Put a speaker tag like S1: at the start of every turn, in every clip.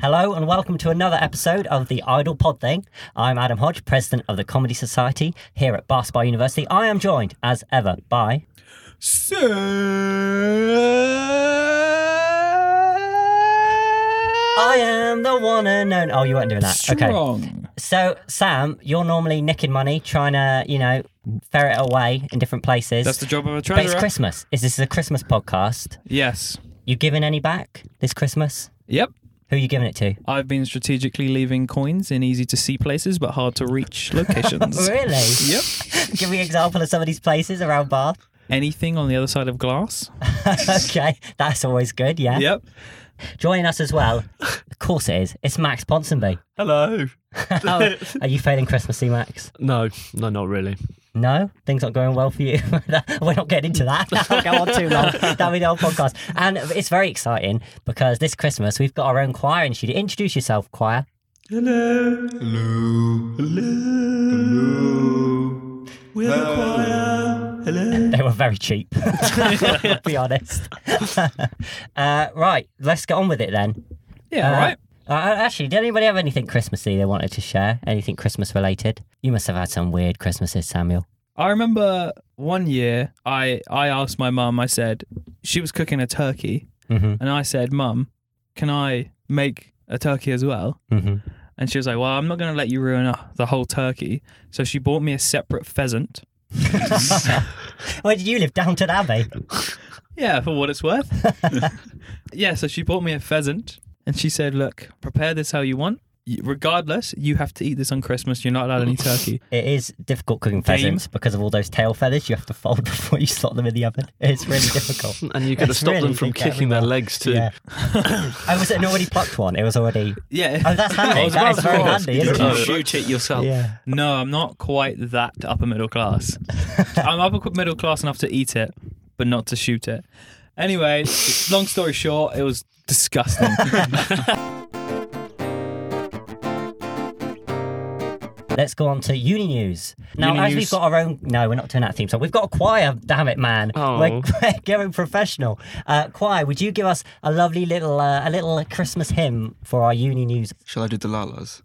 S1: Hello and welcome to another episode of the Idle Pod Thing. I'm Adam Hodge, president of the Comedy Society here at Basketball University. I am joined, as ever, by
S2: Sam
S1: I am the one and known. Oh, you weren't doing that. Okay.
S2: Strong.
S1: So, Sam, you're normally nicking money, trying to, you know, ferret away in different places.
S2: That's the job of a
S1: but it's
S2: treasurer.
S1: Christmas. Is this a Christmas podcast?
S2: yes.
S1: You giving any back this Christmas?
S2: Yep.
S1: Who are you giving it to?
S2: I've been strategically leaving coins in easy to see places but hard to reach locations.
S1: Really?
S2: Yep.
S1: Give me an example of some of these places around Bath.
S2: Anything on the other side of glass?
S1: okay, that's always good. Yeah.
S2: Yep.
S1: Joining us as well, of course it is. It's Max Ponsonby.
S3: Hello.
S1: How- are you feeling Christmassy, Max?
S3: No, no, not really.
S1: No, things aren't going well for you. We're not getting into that. That'll go on too long. That'll be the whole podcast. And it's very exciting because this Christmas we've got our own choir in studio. Introduce yourself, choir.
S4: Hello. Hello. Hello. We're the choir. Hello.
S1: They were very cheap. I'll be honest. uh, right, let's get on with it then.
S2: Yeah,
S1: Uh,
S2: all right.
S1: Uh, actually, did anybody have anything Christmassy they wanted to share? Anything Christmas related? You must have had some weird Christmases, Samuel.
S2: I remember one year I, I asked my mum, I said, she was cooking a turkey,
S1: hmm
S2: and I said, Mum, can I make a turkey as well?
S1: hmm
S2: And she was like, Well, I'm not going to let you ruin uh, the whole turkey. So she bought me a separate pheasant.
S1: Where did you live? Downton Abbey.
S2: Yeah, for what it's worth. yeah, so she bought me a pheasant and she said, Look, prepare this how you want. Y- Regardless, you have to eat this on Christmas. You're not allowed any turkey.
S1: It is difficult cooking pheasants because of all those tail feathers you have to fold before you slot them in the oven. It's really difficult.
S3: And you could have
S1: It's
S3: stopped
S1: really
S3: them from
S1: big
S3: kicking their
S1: everywhere.
S3: legs too.
S1: Yeah. I was an already plucked one. It was already.
S2: Yeah.
S1: Oh, that's handy.
S2: I was
S1: That
S2: about
S1: is
S2: to
S1: very
S2: ask,
S1: handy, isn't
S2: did
S1: it?
S2: you
S3: You
S1: Oh.
S2: shoot-
S3: shoot it yourself.
S1: Yeah.
S2: No, I'm not quite that upper middle class. I'm upper middle class enough to eat it, but not to shoot it. Anyway, long story short, it was disgusting.
S1: Let's go on to uni news. Now,
S2: Uni
S1: as
S2: news.
S1: we've got our own. No, we're not doing that theme song. We've got a choir. Damn it, man.
S3: Oh.
S1: We're, we're going professional. Uh, choir, would you give us a lovely little uh, a little Christmas hymn for our uni news?
S5: Shall I do the lalas?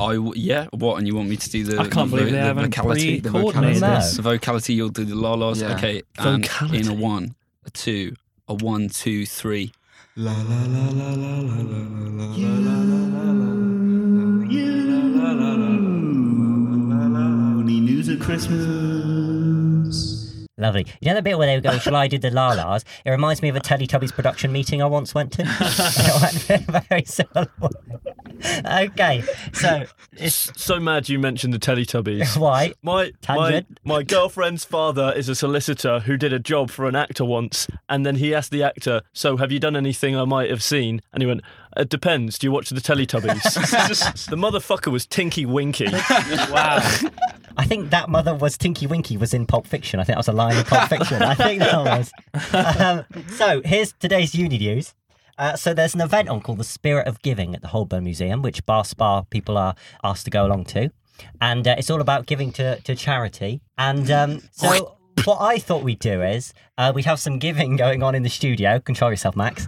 S5: I w- yeah. What and you want me to do the?
S2: I can't
S5: the,
S2: believe
S5: vo- the
S2: they haven't
S5: vocality. The
S2: pre-coordinated
S5: vocality.
S1: this.
S5: The vocality. You'll do the lalas.
S4: Yeah.
S5: Okay. And
S3: Vocality.
S5: in a one, a two, a one, two, three.
S4: La la la la la la la la la la News at Christmas.
S1: Lovely. You know that bit where they were going, shall I do the lalas? It reminds me of a Teletubbies production meeting I once went to. It went very similar. okay, so it's
S3: So mad you mentioned the Teletubbies.
S1: why?
S3: My, my
S1: Tangent.
S3: my girlfriend's father is a solicitor who did a job for an actor once, and then he asked the actor, "So have you done anything I might have seen?" And he went, "It depends. Do you watch the Teletubbies?" the motherfucker was Tinky Winky.
S1: Oh.
S2: wow.
S1: I think that mother was Tinky Winky was in Pulp Fiction. I think that was a line in Pulp Fiction. I think that was. Um, so here's today's uni news. Uh, so there's an event on called the Spirit of Giving at the Holborn Museum, which Bar Spa people are asked to go along to, and uh, it's all about giving to to charity. And um, so. What I thought we'd do is uh, we'd have some giving going on in the studio. Control yourself, Max.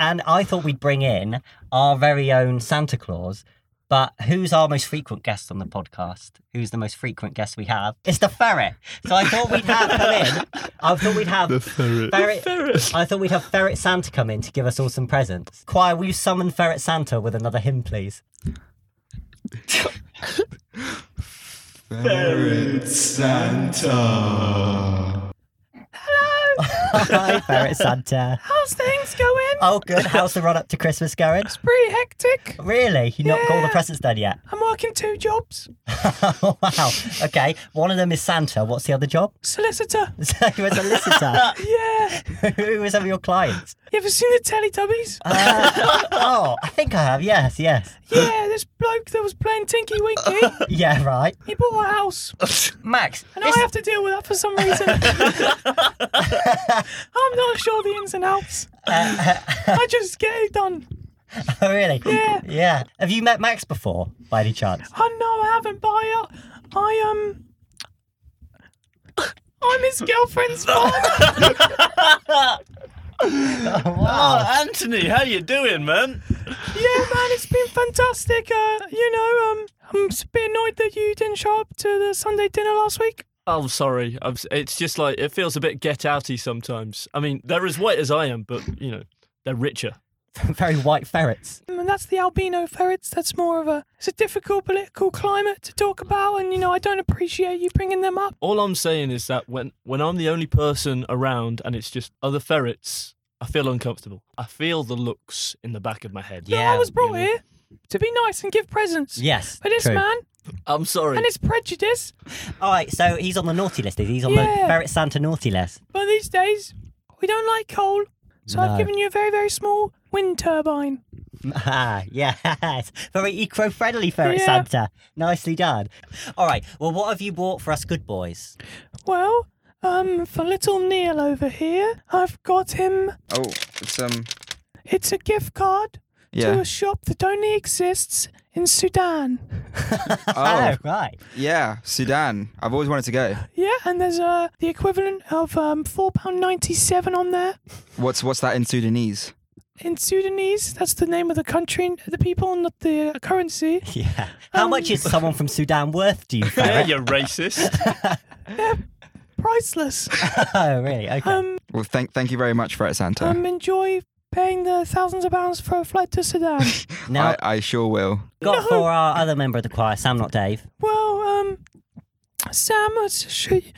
S1: And I thought we'd bring in our very own Santa Claus. But who's our most frequent guest on the podcast? Who's the most frequent guest we have? It's the ferret. So I thought we'd have him in. I thought we'd have the ferret. I thought we'd have Ferret Santa come in to give us all some presents. Choir, will you summon Ferret Santa with another hymn, please?
S4: Ferret Santa.
S1: Hi, Ferret Santa.
S2: How's things going?
S1: Oh, good. How's the run up to Christmas going?
S2: Pretty hectic.
S1: Really? You not got all the presents done yet? Oh,
S2: I'm working two jobs.
S1: wow. Okay. One of them is Santa. What's the other job?
S2: Solicitor.
S1: So you was a listener.
S2: Yeah.
S1: Who was some of your clients?
S2: You ever seen the Teletubbies?
S1: Uh, oh, I think I have. Yes, yes.
S2: yeah, this bloke that was playing Tinky Winky,
S1: Yeah, right.
S2: he bought a house.
S1: Max,
S2: And I have to deal with that for some reason. I'm not sure the ins and outs. I just get it done.
S1: Oh, really?
S2: Yeah.
S1: Yeah. Have you met Max before, by any chance?
S2: Oh no, I haven't, but I, uh, I um, I'm his girlfriend's father.
S1: wow.
S3: Oh, Anthony, how you doing, man?
S6: Yeah, man, it's been fantastic. Uh, you know, um, I'm just a bit annoyed that you didn't show up to the Sunday dinner last week.
S3: Oh, sorry. I'm, s- it's just like it feels a bit get outy sometimes. I mean, they're as white as I am, but you know, they're richer.
S1: Very white ferrets.
S6: And that's the albino ferrets. That's more of a it's a difficult political climate to talk about, and you know, I don't appreciate you bringing them up.
S3: All I'm saying is that when when I'm the only person around and it's just other ferrets, I feel uncomfortable. I feel the looks in the back of my head.
S1: Yeah.
S6: I was brought
S3: you know.
S6: here to be nice and give presents.
S1: Yes.
S6: But this
S1: true.
S6: man
S3: I'm sorry.
S6: and his prejudice.
S1: All right, so he's on the naughty list. is he? He's on
S6: Yeah.
S1: the ferret Santa naughty list.
S6: But these days, we don't like coal, so
S1: No.
S6: I've given you a very, very small wind turbine.
S1: Ah, yes. Very eco friendly ferret
S6: Yeah.
S1: Santa. Nicely done. All right, well, what have you bought for us good boys?
S6: Well, um, for little Neil over here, I've got him.
S5: Oh, it's um.
S6: It's a gift card to
S5: Yeah.
S6: a shop that only exists in Sudan.
S5: Oh,
S1: right.
S5: yeah. Sudan. I've always wanted to go.
S6: Yeah, and there's uh the equivalent of um four pound ninety seven on there
S5: What's what's that in Sudanese?
S6: in Sudanese. That's the name of the country, the people, not the currency.
S1: Yeah. How much is someone from Sudan worth, do you
S3: yeah,
S1: ferret?
S3: you're racist.
S6: Priceless.
S1: oh, really? Okay.
S6: Um,
S5: Well, thank thank you very much, Fret Santa.
S6: um, enjoy paying the thousands of pounds for a flight to Sudan.
S1: now,
S5: I, I sure will.
S1: got for our other member of the choir, Sam, not Dave.
S6: Well, um, Sam, it's, she,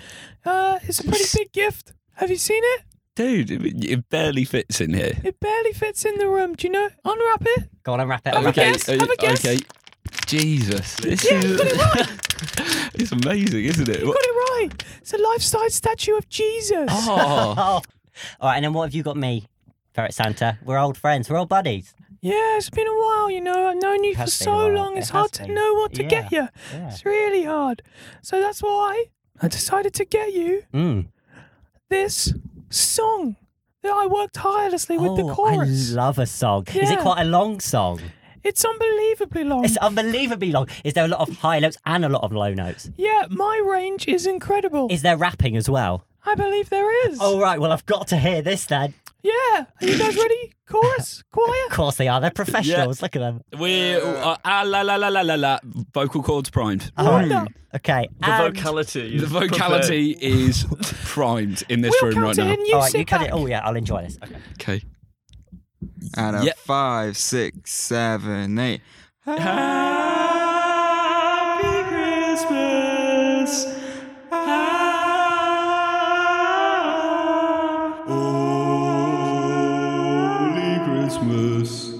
S6: uh, it's a pretty big gift. Have you seen it?
S7: Dude, it, it barely fits in here.
S6: It barely fits in the room. Do you know? Unwrap it.
S1: Go on and wrap it
S6: Have a
S1: up.
S7: Okay,
S6: guess,
S7: uh,
S6: have a guess.
S7: okay. Jesus, this
S6: Yeah, you
S7: is
S6: got it
S7: it's amazing, isn't it?
S6: You got it right. It's a life-size statue of Jesus.
S7: Oh,
S1: Oh. All right, and then what have you got me, Ferret Santa? We're old friends. We're old buddies.
S6: Yeah, it's been a while. You know, I've known you for
S1: has been a
S6: so
S1: while.
S6: long.
S1: It
S6: It's
S1: has
S6: hard to
S1: been.
S6: know what to get you.
S1: Yeah.
S6: It's really hard. So that's why I decided to get you
S1: Mm.
S6: this song that I worked tirelessly with
S1: oh,
S6: the chorus.
S1: I love a song. Is it
S6: Yeah. Oh.
S1: quite a long song?
S6: it's unbelievably long.
S1: It's unbelievably long. Is there a lot of high notes and a lot of low notes?
S6: yeah, my range is incredible.
S1: Is there rapping as well?
S6: I believe there is.
S1: All right, well, I've got to hear this then.
S6: Yeah. Are you guys ready? Chorus? Choir?
S1: Of course they are. They're professionals. Look at them.
S7: we're uh, ah, la la la la la la. Vocal cords primed.
S1: All right.
S6: Wonder.
S1: Oh, Okay.
S3: The
S1: and-
S3: vocality.
S7: The
S3: is
S7: vocality is primed in this
S6: We'll
S7: room right
S6: count it
S7: now.
S6: and you
S1: All right,
S6: sit
S1: you cut it.
S6: back.
S1: Oh, yeah, I'll enjoy this. Okay.
S7: Okay.
S5: And a
S7: Yeah.
S5: five, six, seven, eight.
S4: Holy Christmas.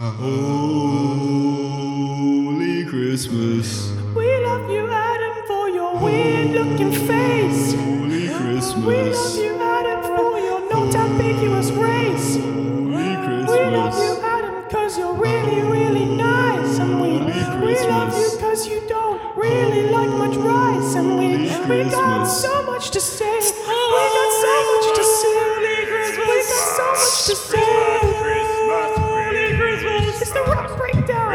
S4: Holy Christmas.
S6: We love you, Adam, for your weird looking face.
S4: Holy
S6: We love
S4: Christmas.
S6: you, Adam, for your Oh, not ambiguous race.
S4: Holy
S6: We love you,
S4: Christmas.
S6: Adam, cause you're really, really nice. And we, we love you,
S4: Christmas.
S6: cause you don't really like much rice. And we, we got
S4: Christmas.
S6: so much to say. We got so much to say. We got so much to say. Holy Christmas. It's the rock breakdown.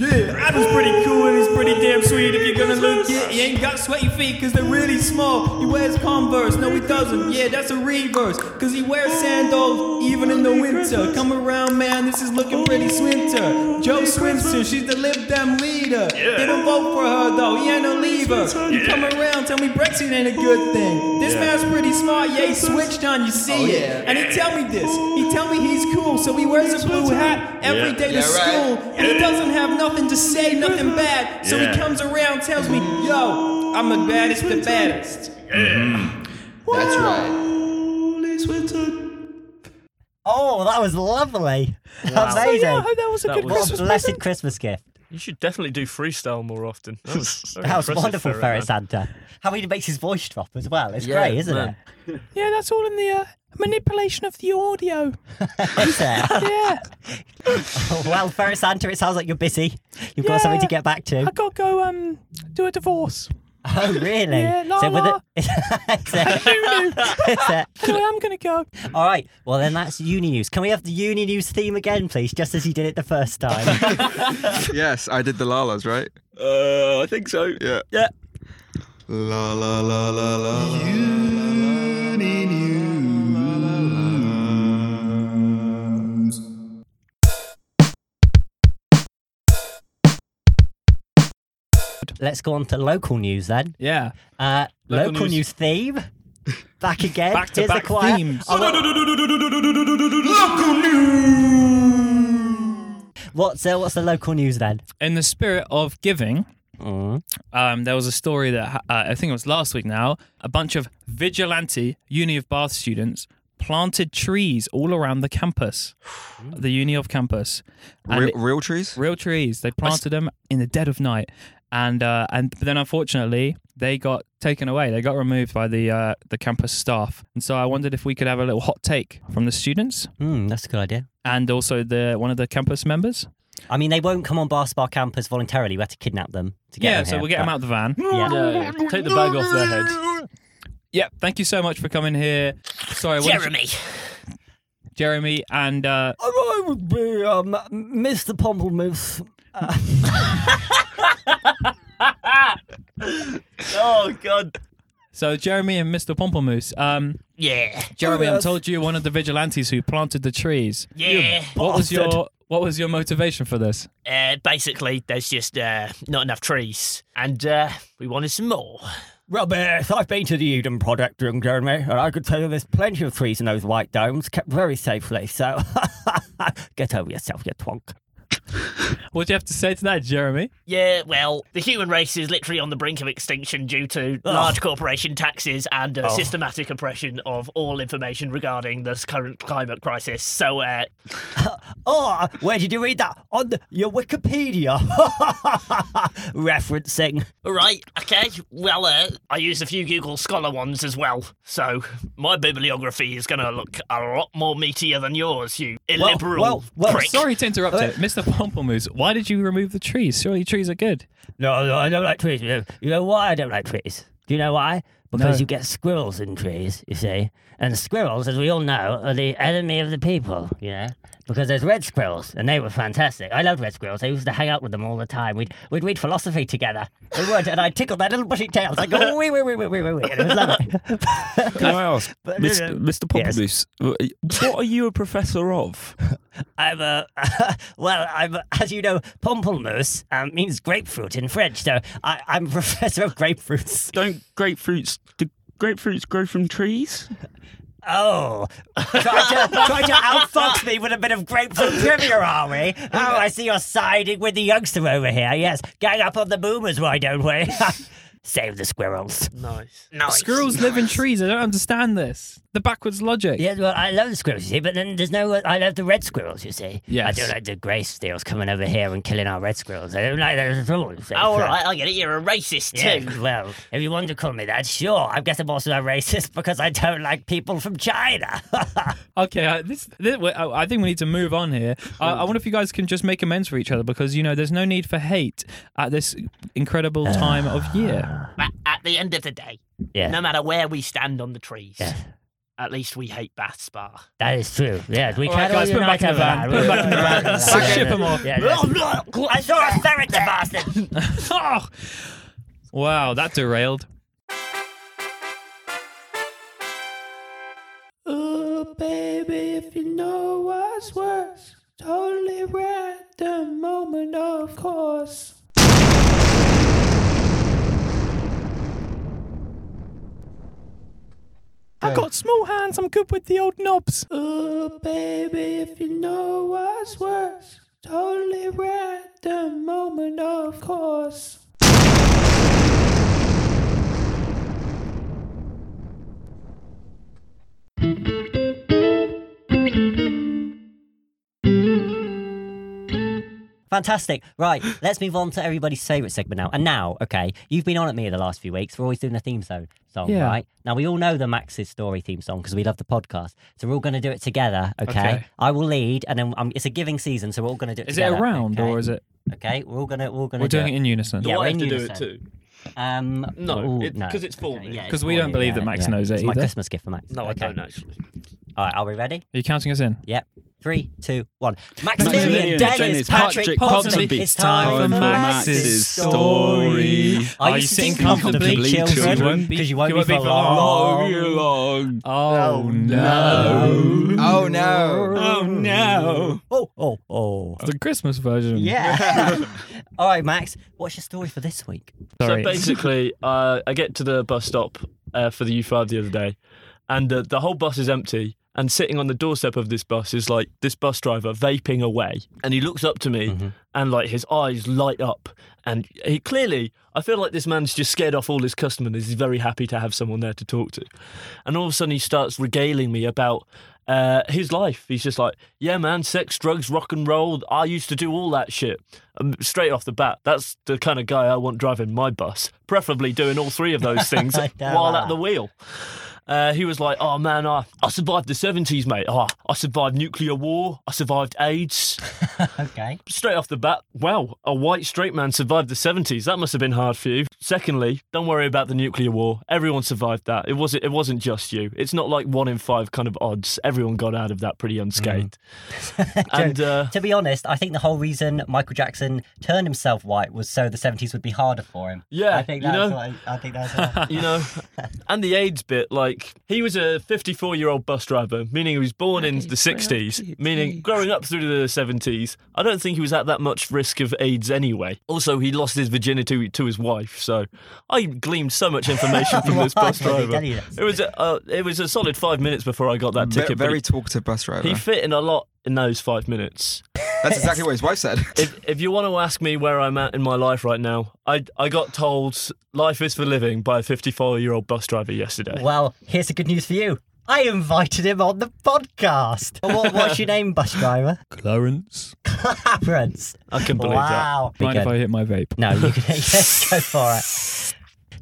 S8: Yeah, Adam's pretty cool and he's pretty damn sweet. If you're gonna look, yeah, he ain't got sweaty feet because they're really small. He wears Converse, no, he doesn't. Yeah, that's a reverse because he wears sandals even in the winter. Come around, man, this is looking pretty swinter. Joe Swinson, she's the Lib Dem leader. They don't vote for her though, he ain't no leaver. You come around, tell me Brexit ain't a good thing. This man's pretty smart, yeah, he switched on, you see it. And he tell me this, he tell me he's cool, so he wears a blue hat every day to
S5: Yeah, right.
S8: school and he doesn't have nothing to say, nothing bad. So
S4: Yeah.
S8: he comes around, tells me, "Yo, I'm the baddest, the baddest."
S5: That's right.
S1: Oh, that was lovely. Amazing.
S6: Oh, Yeah, I hope that was a
S3: That
S6: good
S3: was-
S1: What
S6: Christmas
S1: a blessed
S6: present.
S1: Christmas gift.
S3: You should definitely do freestyle more often. That was, very
S1: That was
S3: impressive,
S1: wonderful,
S3: man.
S1: Ferret Santa. How he makes his voice drop as well. It's
S5: Yeah,
S1: great, isn't
S5: man.
S6: Yeah, that's all in the uh, manipulation of the audio.
S1: it? Is it?
S6: Yeah.
S1: well, Ferret Santa, it sounds like you're busy. You've got something to
S6: Yeah.
S1: get back to.
S6: I gotta go um do a divorce.
S1: Oh, really?
S6: Yeah, la,
S1: so with
S6: la.
S1: it, it's a, it's a-
S6: Anyway, I'm gonna go.
S1: all right. Well, then that's uni news. Can we have the uni news theme again, please? Just as you did it the first time.
S5: yes, I did the Lalas, right?
S7: Uh, I think so.
S5: Yeah.
S7: Yeah.
S4: La la la la la. la, la, la, la, la.
S9: Let's go on to local news then.
S2: Yeah.
S9: Uh,
S1: Local
S9: local news,
S1: news.
S9: theme. Back again.
S2: Back to
S9: Here's
S2: back
S9: the choir.
S2: themes.
S8: Oh,
S9: I want- What's uh, what's the local news then?
S2: In the spirit of giving, um, there was a story that ha- uh, I think it was last week now. A bunch of vigilante Uni of Bath students planted trees all around the campus, the Uni of campus. And
S7: Real,
S2: it-
S7: real trees?
S2: real trees. They planted them in the dead of night, and uh, and but then unfortunately they got taken away. They got removed by the uh, the campus staff. And so I wondered if we could have a little hot take from the students
S9: Hmm, that's a good idea.
S2: and also the one of the campus members.
S9: I mean, they won't come on Basketball Campus voluntarily. We had to kidnap them to get
S2: yeah,
S9: them
S2: so
S9: here,
S2: we'll get them
S9: but-
S2: out the van.
S9: Yeah.
S1: Yeah, yeah. Take the bag off their head.
S2: Yeah, thank you so much for coming here. Sorry, what did you- Jeremy, and uh,
S9: I would be um, Mr. Pomplemousse.
S1: Oh god.
S2: so Jeremy and Mr. Pompomoose. Um,
S9: Yeah.
S2: Jeremy, I'm told you were one of the vigilantes who planted the trees.
S10: Yeah.
S2: What was your What was your motivation for this?
S10: Uh, basically, there's just uh, not enough trees, and uh, we wanted some more.
S9: Robert, I've been to the Eden Project Room, Jeremy, and I could tell you there's plenty of trees in those white domes, kept very safely, so get over yourself, you twonk.
S2: What do you have to say to that, Jeremy?
S10: Yeah, well, the human race is literally on the brink of extinction due to large corporation taxes and
S9: Oh.
S10: uh, systematic oppression of all information regarding this current climate crisis. So, uh,
S9: Oh, where did you read that? On the, your Wikipedia. Referencing.
S10: right, okay, well, uh, I used a few Google Scholar ones as well. So, my bibliography is going to look a lot more meatier than yours, you illiberal
S9: well, well,
S10: Oh, prick.
S2: Sorry to interrupt it, Mr. Pompomoose. Why did you remove the trees? Surely trees are good.
S9: No, no, I don't like trees. You know why I don't like trees? Do you know why? Because you get squirrels in trees, you see. And squirrels, as we all know, are the enemy of the people, you know? Because there's red squirrels, and they were fantastic. I loved red squirrels. I used to hang out with them all the time. We'd, we'd read philosophy together. We would, and I'd tickle their little bushy tails. I'd go, wee, wee, wee, wee, wee, wee, wee. And it was lovely.
S7: Can I ask,
S9: But-
S7: Mr. Mr. Pompadoose, what are you a professor of?
S9: I'm a well. I'm as you know, pomplemousse um, means grapefruit in French. So I, I'm a professor of grapefruits.
S7: Don't grapefruits do grapefruits grow from trees?
S9: Oh, try to try to outfox me with a bit of grapefruit trivia, are we? Oh, I see you're siding with the youngster over here. Yes, gang up on the boomers, why don't we? Save the squirrels.
S10: Nice. Nice.
S2: Squirrels live in trees. I don't understand this. The backwards logic.
S9: Yeah, well, I love the squirrels, you see, but then there's no. I love the red squirrels, you see. Yeah. I
S2: Yes.
S9: don't like the grey squirrels coming over here and killing our red squirrels. I don't like that at all. you see.
S10: Oh, all
S9: So-
S10: right, I get it. You're a racist too.
S9: Yeah, well, if you want to call me that, sure. I guess I'm also a racist because I don't like people from China.
S2: Okay, I, this, this, I I think we need to move on here. I, I wonder if you guys can just make amends for each other because, you know, there's no need for hate at this incredible time of year.
S10: But at the end of the day,
S9: yeah,
S10: no matter where we stand on the trees,
S9: Yeah.
S10: at least we hate Bath Spa.
S9: that is true. Yes, we
S2: All
S9: can
S2: right, guys,
S9: all
S2: put 'em
S9: unite
S2: back in the
S9: over that.
S2: van. Put 'em back in the van.
S9: Yeah,
S2: Sack
S9: yeah,
S2: ship
S9: yeah.
S2: 'em off.
S9: Yeah, yeah. I saw a ferret, the bastard.
S2: Oh, wow, that derailed.
S6: Ooh, Oh, baby, if you know what's worse, totally random moment, of course.
S2: I got small hands. I'm good with the old knobs.
S6: Ooh, baby, if you know what's worse, totally random moment, of course.
S9: Fantastic. Right, let's move on to everybody's favourite segment now. And now, okay, you've been on at me the last few weeks. We're always doing the theme song, song
S2: Yeah.
S9: right? Now, we all know the Max's Story theme song because we love the podcast. So we're all going to do it together, okay?
S2: Okay.
S9: I will lead, and then um, it's a giving season, so we're all going to do it
S2: Is it
S9: together.
S2: a round
S9: okay?
S2: or is it?
S9: Okay, we're all going to we're all going to
S2: We're
S9: do
S2: doing it in unison.
S9: Yeah,
S1: Do
S9: we're
S1: I
S9: in
S1: have to do it
S9: unison.
S1: too?
S9: Um,
S1: No,
S9: ooh,
S1: it- 'cause it's for
S9: Okay,
S1: me.
S9: yeah, it's
S2: 'Cause we
S9: for
S2: don't
S9: you,
S2: believe that Max knows it
S9: It's my
S2: either.
S9: Christmas gift for Max.
S1: No, I
S9: Okay.
S1: don't actually.
S9: All right, are we ready?
S2: Are you counting us in?
S9: Yep.
S1: Three, two, one. Maximilian,
S5: Maximilian,
S1: Dennis,
S5: Dennis,
S1: Patrick,
S5: Patrick,
S1: Ponsonby.
S5: Ponsonby.
S1: It's time, for Max's story. Are you sitting comfortably,
S5: comfortably,
S1: children?
S5: children?
S1: Because you won't be, for
S7: Um,
S1: long.
S5: long.
S2: Oh, no.
S1: no.
S5: Oh no.
S2: Oh no.
S1: Oh, oh, oh.
S2: The Christmas version.
S1: Yeah. All right, Max. What's your story for this week?
S2: Sorry.
S3: So basically, uh, I get to the bus stop uh, for the U5 the other day, and uh, the whole bus is empty. And sitting on the doorstep of this bus is like this bus driver vaping away, and he looks up to me, and like his eyes light up, and he clearly, I feel like this man's just scared off all his customers. He's very happy to have someone there to talk to, and all of a sudden he starts regaling me about. Uh, his life. He's just like, yeah, man, sex, drugs, rock and roll. I used to do all that shit. Um, straight off the bat, that's the kind of guy I want driving my bus, preferably doing all three of those things
S1: Damn.
S3: while at the wheel. Uh, he was like, "Oh man, I, I survived the seventies, mate. Oh, I survived nuclear war. I survived AIDS.
S1: Okay.
S3: Straight off the bat, wow, a white straight man survived the seventies. That must have been hard for you. Secondly, don't worry about the nuclear war. Everyone survived that. It wasn't. It wasn't just you. It's not like one in five kind of odds. Everyone got out of that pretty unscathed. and uh,
S1: To be honest, I think the whole reason Michael Jackson turned himself white was so the 70s would be harder for him.
S3: Yeah,
S1: I think
S3: you
S1: that's
S3: know-
S1: what I, I think that's what
S3: you know. and the AIDS bit, like he was a 54 year old bus driver, meaning he was born in the 60s, meaning growing up through the 70s, I don't think he was at that much risk of AIDS anyway. Also, he lost his virginity to his wife, so I gleaned so much information from this bus
S1: Why did he
S3: driver.
S1: tell you this?
S3: It was a, uh, it was a solid five minutes before I got that
S5: Ve-
S3: ticket. but
S5: very uh. talkative bus driver.
S3: he, he fit in a lot in those five minutes
S5: That's exactly what his wife said.
S3: if, if you want to ask me where I'm at in my life right now, I I got told life is for living by a 54 year old bus driver yesterday.
S1: Well, here's the good news for you. I invited him on the podcast. What, what's your name, bus driver?
S2: Clarence.
S1: Clarence.
S3: I can believe that.
S1: wow. Be
S2: Mind if
S1: good.
S2: I hit my vape?
S1: No, you can yes, go for it.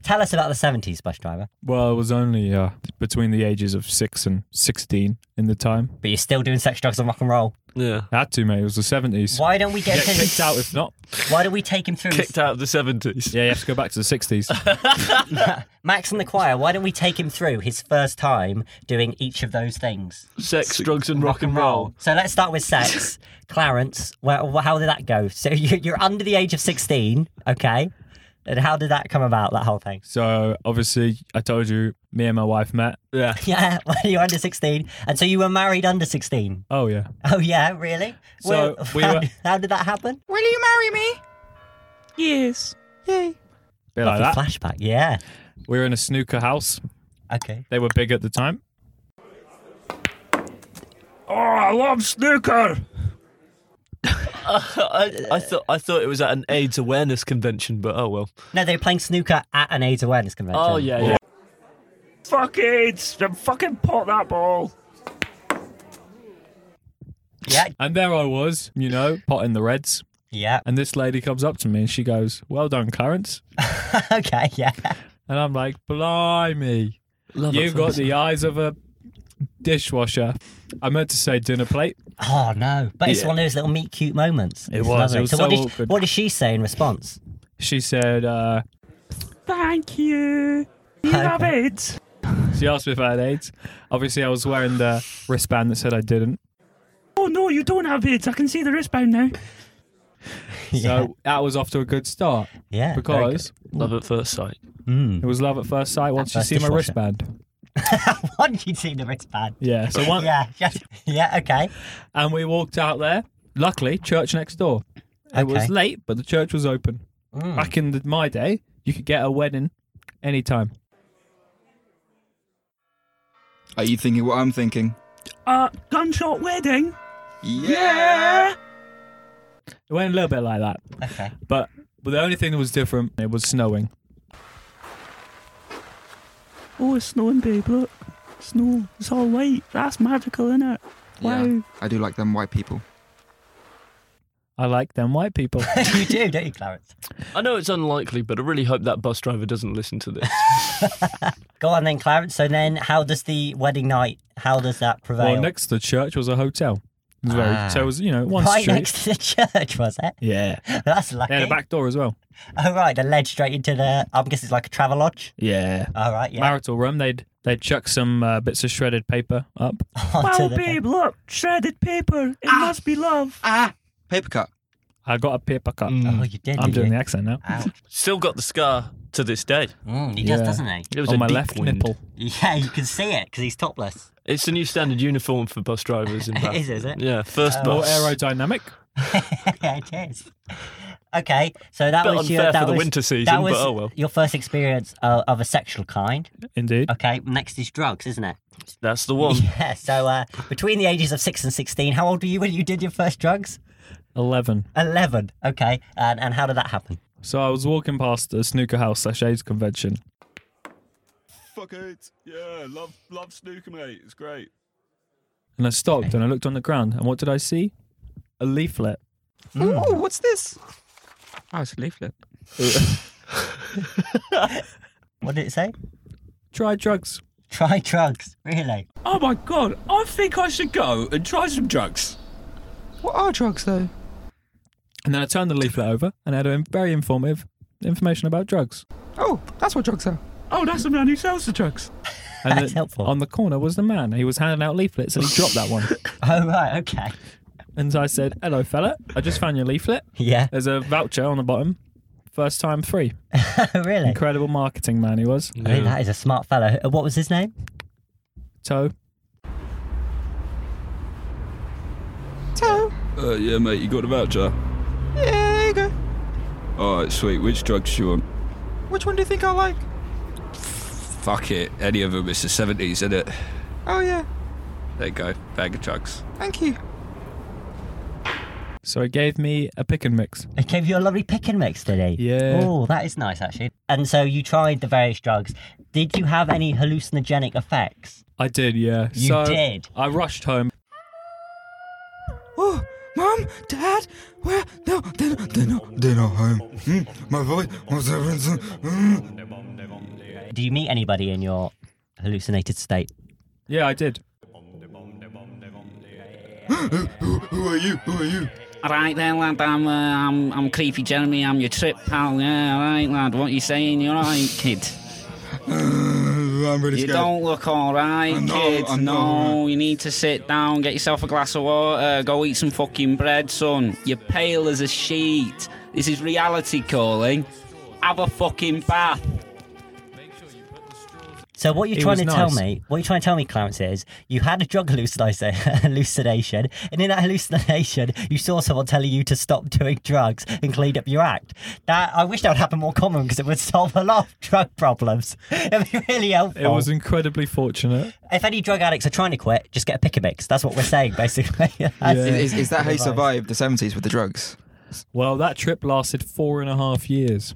S1: Tell us about the 70s, bus driver.
S2: Well, I was only uh, between the ages of six and 16 in the time.
S1: But you're still doing sex, drugs, and rock and roll.
S3: Yeah,
S2: Had to, mate. It was the 70s.
S1: Why don't we get,
S2: Get
S1: him?
S2: kicked out if not.
S1: Why don't we take him through?
S3: kicked out of the 70s.
S2: Yeah, you have to go back to the 60s.
S1: Max and the choir. Why don't we take him through his first time doing each of those things?
S3: Sex, drugs, and rock, and roll.
S1: So let's start with sex. Clarence, where, wh- how did that go? So you, you're under the age of 16, okay? And how did that come about, that whole thing?
S2: So, obviously, I told you, me and my wife met.
S3: Yeah,
S1: Yeah, when you're under 16. And so you were married under 16.
S2: Oh, yeah.
S1: Oh, yeah, really?
S2: So
S1: Well,
S2: we
S1: how,
S2: were-
S1: how did that happen?
S2: Bit like that.
S1: Flashback, yeah.
S2: We were in a snooker house.
S1: Okay.
S2: They were big at the time.
S3: I, I thought I thought it was at an AIDS awareness convention, but oh well.
S1: No, they were playing snooker at an AIDS awareness convention.
S3: Oh yeah, yeah.
S1: Yeah,
S2: And there I was, you know, potting the reds.
S1: yeah.
S2: And this lady comes up to me and she goes, Well done, Clarence.
S1: okay, yeah.
S2: And I'm like, Blimey.
S3: Love
S2: You've got the eyes of a dishwasher. I meant to say dinner plate.
S1: Oh, no. But it's
S2: Yeah.
S1: one of those little meet cute moments. It
S2: was, it was
S1: so what,
S2: so
S1: did,
S2: awkward.
S1: what did she say in response?
S2: She said, uh,
S1: Okay.
S2: She asked me if I had AIDS. Obviously, I was wearing the wristband that said I didn't. Oh no, you don't have AIDS. I can see the wristband now. So that was off to a good start
S1: Yeah. very Mm.
S2: because
S3: Love at first sight.
S2: it was love at first sight once you
S1: first
S2: see my
S1: dishwasher.
S2: wristband.
S1: good. Why did you see the wristband?
S2: Yeah. So one,
S1: Yeah, yeah, yeah, okay.
S2: and we walked out there. Luckily, church next door. It
S1: Okay.
S2: was late, but the church was open. Back in the, my day, you could get a wedding anytime.
S5: Are you thinking what I'm thinking? Uh, gunshot wedding? Yeah!
S2: It went a little bit like that,
S1: Okay.
S2: but but the only thing that was different it was snowing.
S11: Oh, it's snowing, babe. Look, snow. It's all white. That's magical, isn't it?
S5: Yeah.
S11: Wow.
S5: I do like them white people.
S2: I like them white people.
S1: you do, don't you, Clarence?
S3: I know it's unlikely, but I really hope that bus driver doesn't listen to this.
S1: Go on then, Clarence. So then, how does the wedding night? How does that prevail?
S2: Well, next to the church was a hotel. It was very-
S1: Ah.
S2: So it was, you know, one
S1: right
S2: street.
S1: next to the church, was it?
S2: yeah.
S1: That's lucky.
S2: They had a back door as well.
S1: Oh right, the ledge straight into the. I guess it's like a travel lodge.
S2: Yeah.
S1: All right, yeah.
S2: Marital room. They'd they'd chuck some uh, bits of shredded paper up.
S1: Onto
S11: Wow,
S1: the-
S11: babe, look, Oh, shredded paper. It must be love.
S5: Ah, paper cut.
S2: I got a paper cut.
S1: Oh, you did.
S2: I'm
S1: did
S2: doing
S1: you?
S2: the accent now.
S1: Ouch.
S3: Still got the scar to this day.
S1: Mm, he
S2: Yeah.
S1: does, doesn't he?
S3: It was
S2: On
S3: a
S2: my
S3: deep
S2: left
S3: wound.
S2: nipple.
S1: Yeah, you can see it because he's topless.
S3: It's the new standard uniform for bus drivers in Bath.
S1: It is, is it?
S3: Yeah, first
S2: More
S3: bus.
S2: aerodynamic.
S1: yeah, it is. Okay, so that
S3: Bit
S1: was
S3: unfair
S1: your
S3: for
S1: that
S3: the
S1: was,
S3: winter season,
S1: that was
S3: but oh well.
S1: your first experience uh, of a sexual kind.
S2: Indeed.
S1: Okay, next is drugs, isn't it?
S3: That's the one.
S1: Yeah. So uh, between the ages of six and sixteen, how old were you when you did your first drugs?
S2: 11.
S1: Eleven. Okay, and and how did that happen?
S2: So I was walking past the snooker house slash AIDS convention.
S4: Fuck it. Yeah, love, love snooker, mate. It's great.
S2: And I stopped and I looked on the ground. And what did I see? A leaflet.
S5: Oh, what's this? Oh, it's a leaflet.
S1: What did it say?
S2: Try drugs.
S1: Try drugs. Really?
S7: Oh my god, I think I should go and try some drugs.
S5: What are drugs though?
S2: And then I turned the leaflet over and it had a very informative information about drugs.
S5: Oh, that's what drugs are.
S11: Oh, that's the man who sells the drugs.
S2: And
S1: That's
S2: then
S1: helpful.
S2: on the corner was the man. He was handing out leaflets and he dropped that one.
S1: Oh right. Okay.
S2: And so I said, Hello, fella. I just found your leaflet.
S1: Yeah.
S2: There's a voucher on the bottom. First time free.
S1: Oh, really?
S2: Incredible marketing man he was.
S1: I think that is a smart fellow. Uh, What was his name?
S2: Toe.
S5: Uh, yeah, mate, you got a voucher.
S4: Yeah, there you go.
S5: All right, sweet. Which drugs do you want?
S4: Which one do you think I like?
S5: Fuck it. Any of them. It's the 70s, isn't it?
S4: Oh, yeah.
S5: There you go. Bag of drugs.
S4: Thank you.
S2: So he gave me a pick and mix.
S1: He gave you a lovely pick and mix, did he?
S2: Yeah.
S1: Oh, that is nice actually. And so you tried the various drugs. Did you have any hallucinogenic effects?
S2: I did, yeah.
S1: You
S2: so
S1: did.
S2: I rushed home.
S4: Oh, Mom, Dad, where? No, they're not, they're not, they're not home. Hmm, my voice was everything. Mm.
S1: Do you meet anybody in your hallucinated state?
S2: Yeah, I did.
S4: Who, who, who are you? Who are you?
S12: Alright then, lad, I'm, uh, I'm, I'm Creepy Jeremy, I'm your trip pal, yeah, alright, lad, what you saying? You're alright, kid.
S4: Uh, I'm really
S12: You
S4: scared.
S12: don't look alright,
S4: I'm not-
S12: kid.
S4: I'm not
S12: no,
S4: alright.
S12: you need to sit down, get yourself a glass of water, go eat some fucking bread, son. You're pale as a sheet. This is reality calling. Have a fucking bath.
S1: So what you're
S2: It
S1: trying to
S2: was
S1: tell
S2: nice.
S1: me, what you're trying to tell me, Clarence, is you had a drug hallucination, hallucination, and in that hallucination, you saw someone telling you to stop doing drugs and clean up your act. That I wish that would happen more common because it would solve a lot of drug problems. It'd be really helpful.
S2: It was incredibly fortunate.
S1: If any drug addicts are trying to quit, just get a pick a mix. That's what we're saying, basically. That's-
S5: Is, is that how you
S1: Advice.
S5: survived the 70s with the drugs?
S2: Well, that trip lasted four and a half years.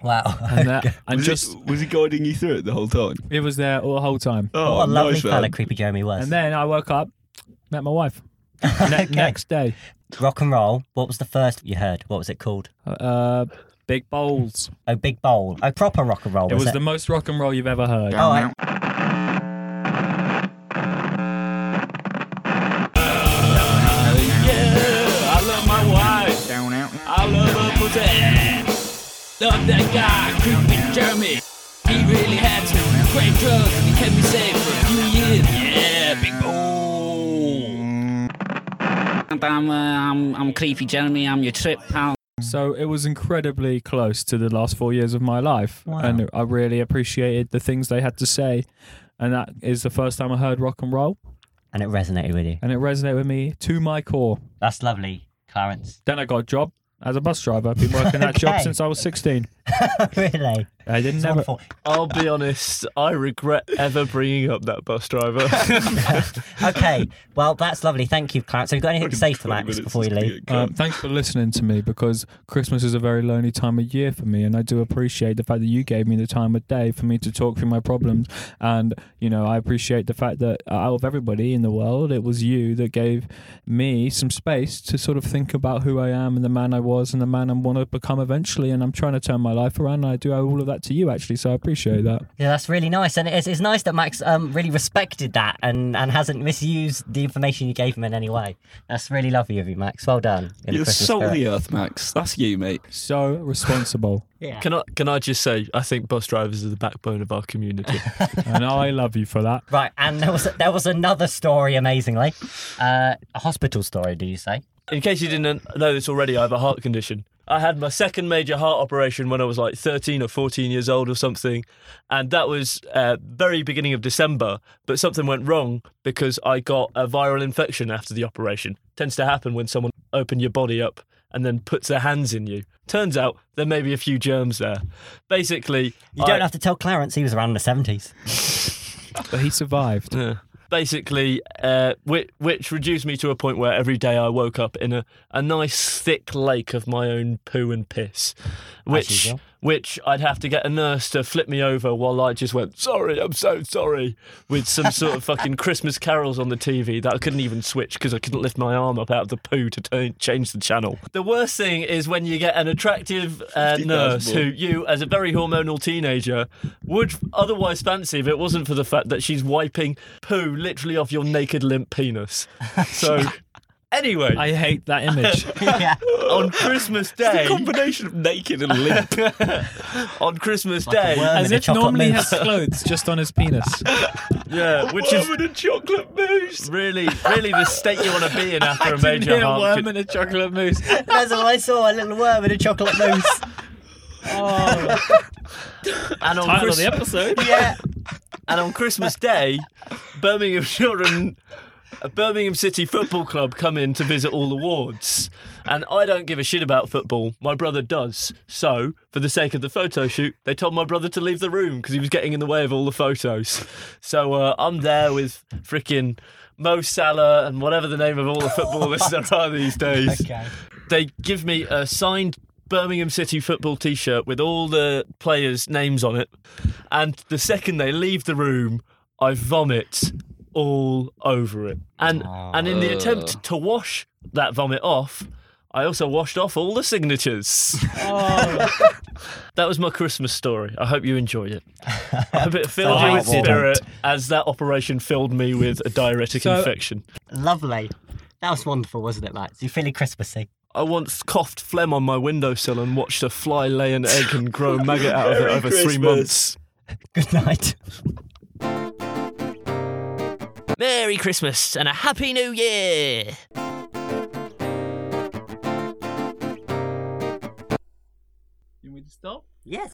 S1: Wow.
S2: And that and just
S5: was he guiding you through it the whole time?
S2: it was there all the whole time.
S5: Oh,
S1: what a lovely
S5: nice, man.
S1: fella Creepy Jeremy was.
S2: And then I woke up, met my wife. Ne- Next day.
S1: Rock and roll. What was the first you heard? What was it called?
S2: Uh Big bowls.
S1: Oh, Big Bowl. Oh, proper rock and roll.
S2: It
S1: was,
S2: was the most rock and roll you've ever heard.
S1: Oh, I-
S7: I love my wife.
S5: Down out.
S7: I love her pussy. Love that guy, creepy Jeremy. He really had to. Great drugs, he kept me safe for a few years. Yeah, big boom.
S12: Lad, I'm, uh, I'm, I'm Creepy Jeremy, I'm your trip pal.
S2: So it was incredibly close to the last four years of my life.
S1: Wow.
S2: And I really appreciated the things they had to say. And that is the first time I heard rock and roll.
S1: And it resonated with you.
S2: And it resonated with me to my core.
S1: That's lovely, Clarence.
S2: Then I got a job as a bus driver. I've been working that job
S1: Okay.
S2: since I was 16.
S1: really?
S2: I didn't
S1: It's
S2: never.
S1: wonderful.
S3: I'll be honest, I regret ever bringing up that bus driver.
S1: Okay. Well, that's lovely. Thank you, Clarence. Have you got anything to say for that just before you leave?
S2: Um, thanks for listening to me because Christmas is a very lonely time of year for me, and I do appreciate the fact that you gave me the time of day for me to talk through my problems. And you know, I appreciate the fact that out of everybody in the world, it was you that gave me some space to sort of think about who I am and the man I was and the man I want to become eventually. And I'm trying to turn my life around, and I do owe all of that that to you actually, so I appreciate that.
S1: Yeah, that's really nice, and it's, it's nice that Max um, really respected that and, and hasn't misused the information you gave him in any way. That's really lovely of you, Max. Well done. in the
S5: You're
S1: Christmas
S5: salt of
S1: spirit.
S5: the earth, Max. That's you, mate.
S2: So responsible.
S1: Yeah.
S3: Can I can I just say I think bus drivers are the backbone of our community.
S2: and I love you for that.
S1: Right, and there was there was another story, amazingly, uh, a hospital story. Do you say?
S3: In case you didn't know this already, I have a heart condition. I had my second major heart operation when I was like 13 or 14 years old or something, and that was uh, very beginning of December. But something went wrong because I got a viral infection after the operation. Tends to happen when someone open your body up and then puts their hands in you. Turns out there may be a few germs there. Basically,
S1: You don't
S3: I-
S1: have to tell Clarence he was around in the seventies.
S2: But he survived.
S3: basically, uh, which, which reduced me to a point where every day I woke up in a, a nice thick lake of my own poo and piss, which
S1: usual.
S3: which I'd have to get a nurse to flip me over while I just went sorry, I'm so sorry, with some sort of fucking Christmas carols on the TV that I couldn't even switch because I couldn't lift my arm up out of the poo to turn, change the channel. The worst thing is when you get an attractive uh, nurse who you, as a very hormonal teenager, would otherwise fancy if it wasn't for the fact that she's wiping poo literally off your naked limp penis. So, anyway,
S2: I hate that image.
S1: yeah.
S3: on Christmas Day,
S5: Combination of naked and limp.
S3: on Christmas
S1: Like a
S3: Day,
S1: worm
S2: As
S1: in a
S2: if
S1: chocolate
S2: normally
S1: mousse.
S2: has clothes just on his penis.
S3: yeah, which is
S5: a chocolate mousse.
S3: really, really the state you want to be in after a
S2: Didn't
S3: major
S2: hear a
S3: heart
S2: worm
S3: con-
S2: and a chocolate mousse.
S1: That's all I saw—a little worm in a chocolate mousse.
S3: and on
S2: Title of
S3: Christmas.
S2: the episode.
S1: yeah.
S3: And on Christmas Day, Birmingham Children, a Birmingham City Football Club come in to visit all the wards. And I don't give a shit about football. My brother does. So, for the sake of the photo shoot, they told my brother to leave the room because he was getting in the way of all the photos. So uh, I'm there with frickin' Mo Salah and whatever the name of all the footballers there are these days
S1: Okay.
S3: they give me a signed Birmingham City football T-shirt with all the players' names on it, and the second they leave the room, I vomit all over it. And and in the attempt to wash that vomit off, I also washed off all the signatures. that was my Christmas story. I hope you enjoyed it. I hope it filled you with
S1: Delightful.
S3: spirit, as that operation filled me with a diuretic
S2: So-
S3: infection.
S1: Lovely. That was wonderful, wasn't it, Max? You feeling Christmassy?
S3: I once coughed phlegm on my windowsill and watched a fly lay an egg and grow a maggot out of it over three months.
S1: Good night.
S10: Merry Christmas and a Happy New Year!
S1: Yes.